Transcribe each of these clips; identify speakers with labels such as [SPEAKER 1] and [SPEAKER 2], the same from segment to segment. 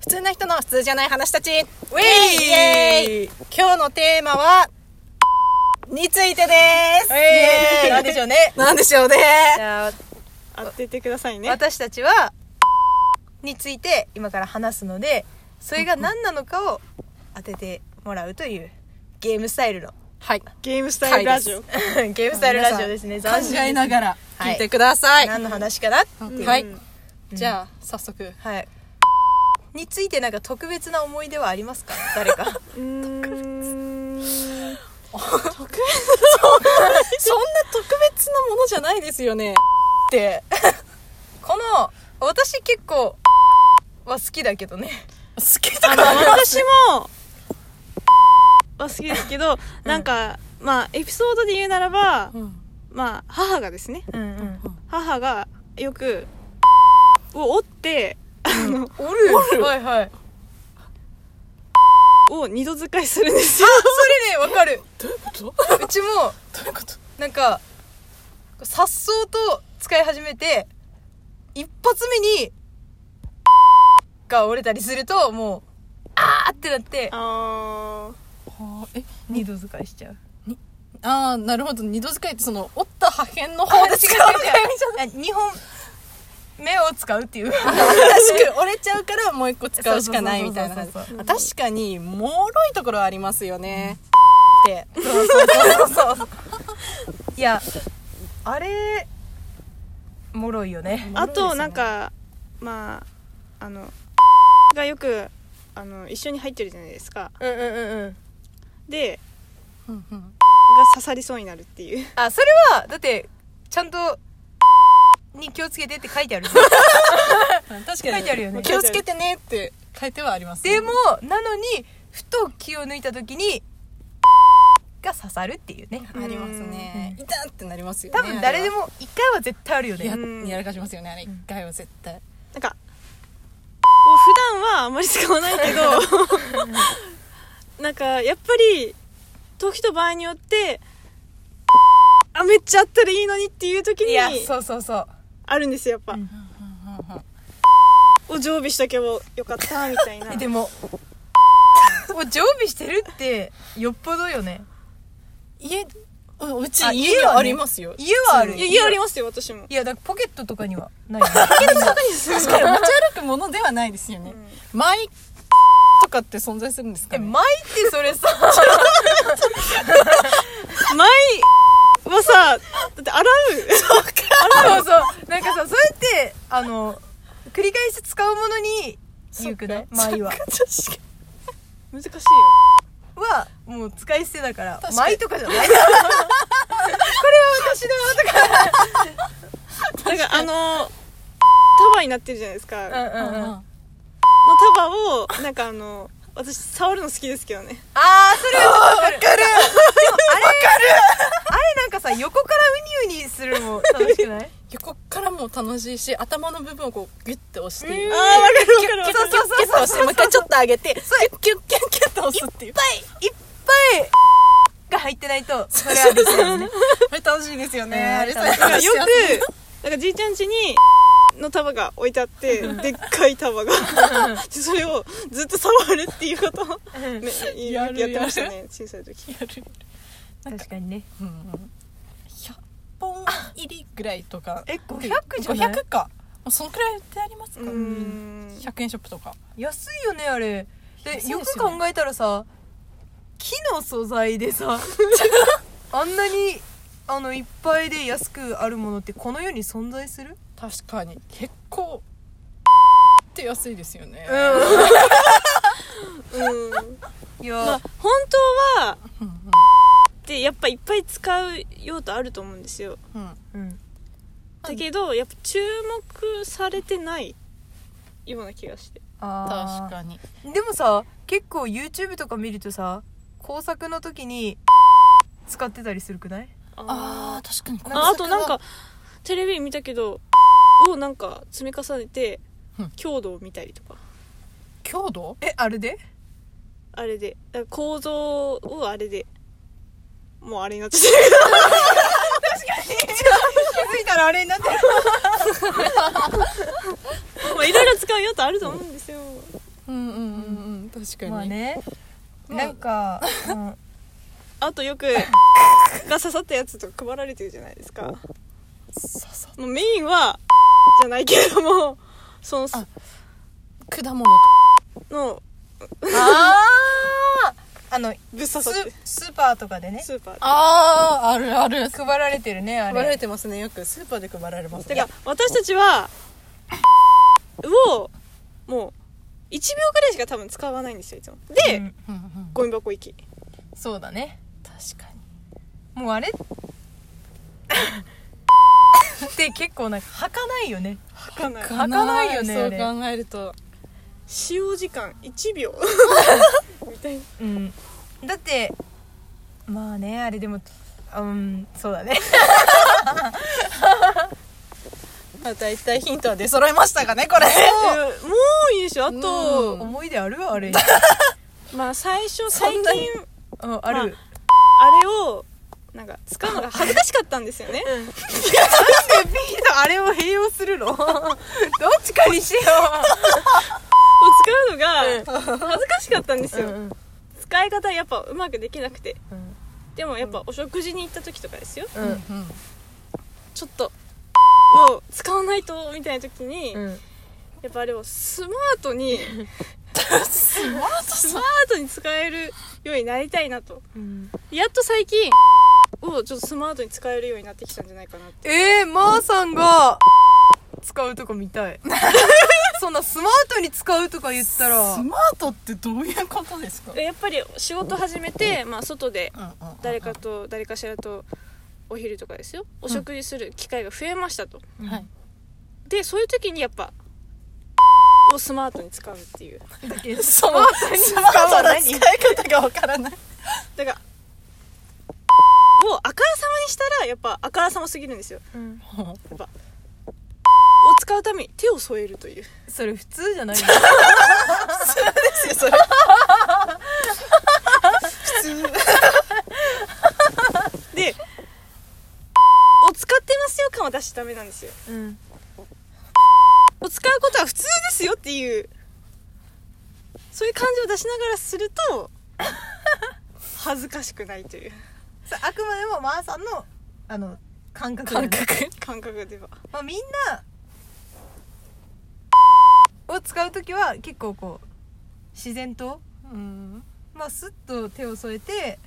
[SPEAKER 1] 普通な人の普通じゃない話たち。ウェ
[SPEAKER 2] イ
[SPEAKER 1] イエイ今日のテーマは、についてです。
[SPEAKER 2] えー
[SPEAKER 1] なんでしょうね。なんでしょうね。
[SPEAKER 2] じゃあ、
[SPEAKER 3] 当ててくださいね。
[SPEAKER 2] 私たちは、について今から話すので、それが何なのかを当ててもらうというゲームスタイルの。
[SPEAKER 1] はい。
[SPEAKER 3] ゲームスタイルラジオ。
[SPEAKER 2] ゲームスタイルラジオですね。
[SPEAKER 1] 皆さん
[SPEAKER 2] 斬新
[SPEAKER 1] 考えながら
[SPEAKER 2] はい
[SPEAKER 1] 聞いてください。
[SPEAKER 2] 何の話かなっていう
[SPEAKER 1] はい。
[SPEAKER 3] うん
[SPEAKER 1] じゃあ、早速。
[SPEAKER 2] はい。についてなんか特別な思い出はありますか誰か。
[SPEAKER 3] うーん。
[SPEAKER 1] そんな特別なものじゃないですよね。
[SPEAKER 2] って。 この、私結構、は好きだけどね。
[SPEAKER 1] 好きだ
[SPEAKER 3] あ
[SPEAKER 1] か
[SPEAKER 3] の、
[SPEAKER 1] ら。
[SPEAKER 3] 私も、は好きですけど、なんか、まあ、エピソードで言うならば、まあ、母がですね、
[SPEAKER 2] うんうん。
[SPEAKER 3] 母がよく、を折って、あの、
[SPEAKER 2] おるはいはい。
[SPEAKER 3] を二度使いするんですよ。
[SPEAKER 2] それね、わかる。
[SPEAKER 1] どういうこと ど
[SPEAKER 2] うちも、
[SPEAKER 1] ういうこと
[SPEAKER 2] なんか、さっそうと使い始めて、一発目に、が折れたりすると、もう、あーってなって、
[SPEAKER 3] あ
[SPEAKER 1] あーえ
[SPEAKER 2] 二度使いしちゃう。
[SPEAKER 1] あーなるほど二度使いってその折った破片の方で使うみたいな
[SPEAKER 2] 日本目を使うっていう。
[SPEAKER 1] 確かに折れちゃうからもう一個使うしかないみたいな感じ
[SPEAKER 2] そうそうそう
[SPEAKER 1] あ確かにもろいところはありますよね、
[SPEAKER 2] って。そうそうそうそう。いや、あれ、もろいよね。
[SPEAKER 3] あ。あと、なんか、まあ、あの、がよく、あの、一緒に入ってるじゃないですか。
[SPEAKER 2] うんうんうんうん。
[SPEAKER 3] で、
[SPEAKER 1] うんうん
[SPEAKER 3] が刺さりそうになるっていう。
[SPEAKER 2] あ、それは、だって、ちゃんと、に気をつけてって書いてある。
[SPEAKER 1] 確かに
[SPEAKER 2] 書いてあるよね
[SPEAKER 1] 気をつけてねって書いてはありますね
[SPEAKER 2] でも、なのに、ふと気を抜いた時に、が刺さるっていうね。
[SPEAKER 1] ありますね痛ってなりますよね
[SPEAKER 2] 多分誰でも、一回は絶対あるよ
[SPEAKER 1] あれは
[SPEAKER 2] ね。
[SPEAKER 1] ややらかしますよねあれ一回は絶対
[SPEAKER 3] なんか、普段はあんまり使わない けど、なんか、やっぱり、時と場合によって、あ、めっちゃあったらいいのにっていう時
[SPEAKER 2] い
[SPEAKER 3] に、
[SPEAKER 2] や、そうそうそう。
[SPEAKER 3] あるんですよ、やっぱ。
[SPEAKER 2] ん
[SPEAKER 3] を常備しとけばよかった、みたいな。
[SPEAKER 2] えでももう常備してるってよっぽどよね
[SPEAKER 1] 家ううち
[SPEAKER 2] あ
[SPEAKER 1] 家
[SPEAKER 2] 家は
[SPEAKER 1] は
[SPEAKER 2] ね
[SPEAKER 1] ありますよ
[SPEAKER 2] 家はある
[SPEAKER 3] いや、家ありますよ、私も。
[SPEAKER 2] いやだからポケットとかにはないよね ポケットとかにする
[SPEAKER 1] 確かに持ち歩くものではないですよねマイとかって存在するんですか
[SPEAKER 2] え
[SPEAKER 1] ね
[SPEAKER 2] 舞ってそれさ
[SPEAKER 3] 前はさ、だって洗う。
[SPEAKER 2] あそうそうなんかさそれってあの繰り返し使うものに良くない舞は
[SPEAKER 3] 難しいよ。
[SPEAKER 2] はもう使い捨てだから
[SPEAKER 1] 確かに
[SPEAKER 2] 舞とかじゃないこれは私のとか
[SPEAKER 3] なんか、あの、束になってるじゃないですか。の
[SPEAKER 1] うんうん
[SPEAKER 2] あ
[SPEAKER 3] 束を、なんかあの、私、触るの好きですけどね。
[SPEAKER 2] あーそれはわかるでもあれあれなんかさ横からウニウニするのも楽しくない
[SPEAKER 1] 横からも楽しいし頭の部分をこうギュッて押して
[SPEAKER 3] あ
[SPEAKER 1] ギ
[SPEAKER 3] ー、
[SPEAKER 1] ュッ
[SPEAKER 3] わかるわかるわかる。
[SPEAKER 2] そうそう
[SPEAKER 1] ギュッて押してもう一回ちょっと上げてギュッギュッギュッギュッと押すっていう
[SPEAKER 2] いっぱいが入ってないとそれはできないよね
[SPEAKER 1] あれ楽しいですよね
[SPEAKER 2] ね
[SPEAKER 1] あれさ
[SPEAKER 3] なんかよ
[SPEAKER 1] 幸せ
[SPEAKER 3] く、なんかじいちゃん家に、の束が置いてあって、でっかい束が。でそれをずっと触るっていうことを、ね、や
[SPEAKER 1] や
[SPEAKER 3] っ
[SPEAKER 1] る
[SPEAKER 3] てましたね、小さい時。
[SPEAKER 1] やる
[SPEAKER 2] 確かにね
[SPEAKER 1] うんうん100本入りぐらいとか
[SPEAKER 2] え500じゃない
[SPEAKER 1] 500かそんくらい売ってあります
[SPEAKER 3] う
[SPEAKER 1] か
[SPEAKER 3] ーん。
[SPEAKER 1] 100円ショップとか
[SPEAKER 2] 安いよねあれ
[SPEAKER 1] 安いで
[SPEAKER 2] です
[SPEAKER 1] よ
[SPEAKER 2] よ
[SPEAKER 1] ね
[SPEAKER 2] く考えたらさ木の素材でさあんなにあのいっぱいで安くあるものってこの世に存在する
[SPEAKER 1] 確かに結構って安いですよね
[SPEAKER 3] うん。
[SPEAKER 2] い
[SPEAKER 3] ま
[SPEAKER 2] や
[SPEAKER 3] あ、本当は、で、やっぱいっぱい使う用途あると思うんですよ。
[SPEAKER 1] うんうん
[SPEAKER 2] うん
[SPEAKER 3] だけど、やっぱ注目されてないような気がして。
[SPEAKER 2] あー
[SPEAKER 1] 確かに
[SPEAKER 2] でもさ結構 YouTube とか見るとさ工作の時に使ってたりするくない
[SPEAKER 1] あー確かに
[SPEAKER 3] ああとなんかテレビ見たけどをなんか積み重ねて
[SPEAKER 1] うん
[SPEAKER 3] 強度を見たりとか
[SPEAKER 1] 強度
[SPEAKER 2] えあれで
[SPEAKER 3] あれでだから構造をあれでもうあれになっちゃって
[SPEAKER 2] 気づいたらあれになってる
[SPEAKER 3] るまあいろいろ使う用途あると思うんですよ
[SPEAKER 1] うんうんうんうん確かに、
[SPEAKER 2] まあね
[SPEAKER 1] まあ
[SPEAKER 2] なんか、うん
[SPEAKER 3] あとよくが刺さったやつとか配られてるじゃないですか
[SPEAKER 1] ささ
[SPEAKER 3] もうメインはじゃないけれどもその
[SPEAKER 1] あ果物と
[SPEAKER 3] の
[SPEAKER 2] あああの
[SPEAKER 3] ぶっ刺さっ
[SPEAKER 2] ス
[SPEAKER 3] て
[SPEAKER 2] スーパーとかでね
[SPEAKER 3] スーパーで
[SPEAKER 1] あああるある
[SPEAKER 2] 配られてるねあれ
[SPEAKER 1] 配られてますねよくスーパーで配られます
[SPEAKER 3] だ
[SPEAKER 1] ね
[SPEAKER 3] から私たちはをもう1秒ぐらいしか多分使わないんですよいつもで、
[SPEAKER 2] うん
[SPEAKER 1] うんうん
[SPEAKER 3] ゴミ箱行き
[SPEAKER 2] そうだね
[SPEAKER 1] 確かに
[SPEAKER 2] もうあれ って結構なんか履かないよね
[SPEAKER 3] 吐かない
[SPEAKER 1] か
[SPEAKER 2] かないよね
[SPEAKER 1] そ
[SPEAKER 2] あ
[SPEAKER 1] う
[SPEAKER 2] れ
[SPEAKER 1] 考えると
[SPEAKER 3] 使用時間1秒みたいな
[SPEAKER 2] うんだってまあねあれでもうんそうだね
[SPEAKER 1] まあ大体ヒントは出揃いましたかねこれ
[SPEAKER 3] えーもういいでしょあと、
[SPEAKER 1] うん
[SPEAKER 2] 思い出ある あれ
[SPEAKER 3] まあ最初
[SPEAKER 1] そ
[SPEAKER 3] 最
[SPEAKER 1] ん
[SPEAKER 3] 近
[SPEAKER 1] な
[SPEAKER 3] あ
[SPEAKER 1] に
[SPEAKER 2] あある、
[SPEAKER 3] れをなんか使うのが恥ずかしかったんですよね、
[SPEAKER 2] なんで B とあれを併用する のどっちかにしよ
[SPEAKER 3] を使うのが恥ずかしかったんです
[SPEAKER 2] う、
[SPEAKER 3] よ、
[SPEAKER 2] ん
[SPEAKER 3] 使い方やっぱうまくできなくて
[SPEAKER 2] うん
[SPEAKER 3] でもやっぱお食事に行った時とかですよ
[SPEAKER 2] うん
[SPEAKER 3] ちょっとを使わないとみたいな時に、
[SPEAKER 2] うん
[SPEAKER 3] やっぱあれをスマートに
[SPEAKER 1] スマート
[SPEAKER 3] ス
[SPEAKER 1] さ
[SPEAKER 3] マートに使えるようになりたいなと
[SPEAKER 2] うん
[SPEAKER 3] やっと最近をちょっとスマートに使えるようになってきたんじゃないかなって
[SPEAKER 2] えー、まーさんが使うとこ見た いそんなスマートに使うとか言ったら
[SPEAKER 1] スマートってどういうことですか
[SPEAKER 3] でやっぱり仕事始めて、まあ、外で誰か
[SPEAKER 1] と
[SPEAKER 3] と誰かしらとお昼とかですよお食事する機会が増えましたと、
[SPEAKER 1] はい
[SPEAKER 3] でそういう時にやっぱをスマートに使うっていう
[SPEAKER 2] だ けど
[SPEAKER 1] スマートにスマートな使い方がわからない
[SPEAKER 3] だからをあからさまにしたらやっぱあからさますぎるんですよ
[SPEAKER 2] うん
[SPEAKER 3] やっぱを使うために手を添えるという
[SPEAKER 2] それ普通じゃ ない
[SPEAKER 1] それ
[SPEAKER 3] でを使ってますよ感を出しちゃダメなんですよ
[SPEAKER 2] うん
[SPEAKER 3] を使うことは普通ですよっていうそういう感じを出しながらする と恥ずかしくないという
[SPEAKER 2] さあくまでもまーさんのあの感覚だね
[SPEAKER 1] 感覚
[SPEAKER 3] 感覚では
[SPEAKER 2] まあ、みんなを使う時は結構こう自然と
[SPEAKER 1] うん
[SPEAKER 2] まあスッと手を添えて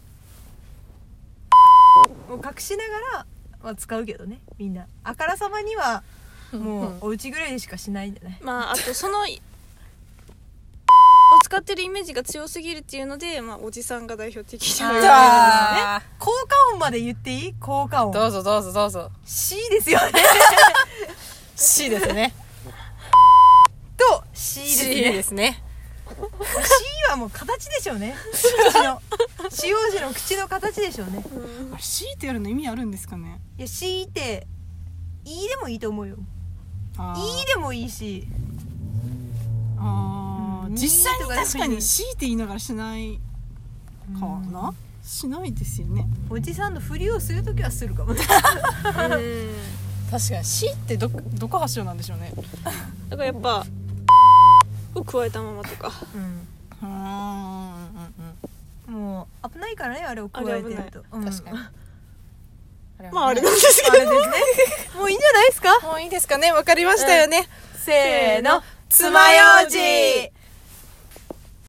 [SPEAKER 2] を隠しながら、まあ、使うけどねみんなあからさまにはもうお家ぐらいでしかしないんじゃ ない
[SPEAKER 3] まああとそのを使ってるイメージが強すぎるっていうので、まあ、おじさんが代表的じゃない
[SPEAKER 2] あ
[SPEAKER 1] うん
[SPEAKER 3] で
[SPEAKER 2] ー
[SPEAKER 3] すか
[SPEAKER 1] あ
[SPEAKER 2] 効果音まで言っていい効果
[SPEAKER 1] ーど
[SPEAKER 2] 音
[SPEAKER 1] うぞどうぞどうぞ
[SPEAKER 2] C ですよね
[SPEAKER 1] C ですね
[SPEAKER 2] と C です
[SPEAKER 1] C
[SPEAKER 2] ね
[SPEAKER 1] ですね
[SPEAKER 2] C はもう形でしょうね口の使用時の口の形でしょうね
[SPEAKER 3] うん
[SPEAKER 1] あれ C ってやるの意味あるんですかね
[SPEAKER 2] いや強いて「いい」でもいいと思うよ「
[SPEAKER 1] あー
[SPEAKER 2] いい」でもいいし
[SPEAKER 1] あー
[SPEAKER 2] うん
[SPEAKER 1] 実際に確か
[SPEAKER 2] いいとかでもいい
[SPEAKER 1] に C って言いながらしないかなしないですよね
[SPEAKER 2] おじさんのふりをする時はするかもね
[SPEAKER 3] うん
[SPEAKER 1] 確かに C ってどどこ発祥なんでしょうね
[SPEAKER 3] だからやっぱを加えたままとか
[SPEAKER 1] うんうんうん
[SPEAKER 2] もう危ないからねあれを加えてると
[SPEAKER 1] うん確かに
[SPEAKER 2] うん
[SPEAKER 1] うん
[SPEAKER 3] まああれなんですけ
[SPEAKER 2] あれですねもういいんじゃないですか
[SPEAKER 1] もういいですかねわかりましたよね、
[SPEAKER 2] せーの
[SPEAKER 1] 爪楊枝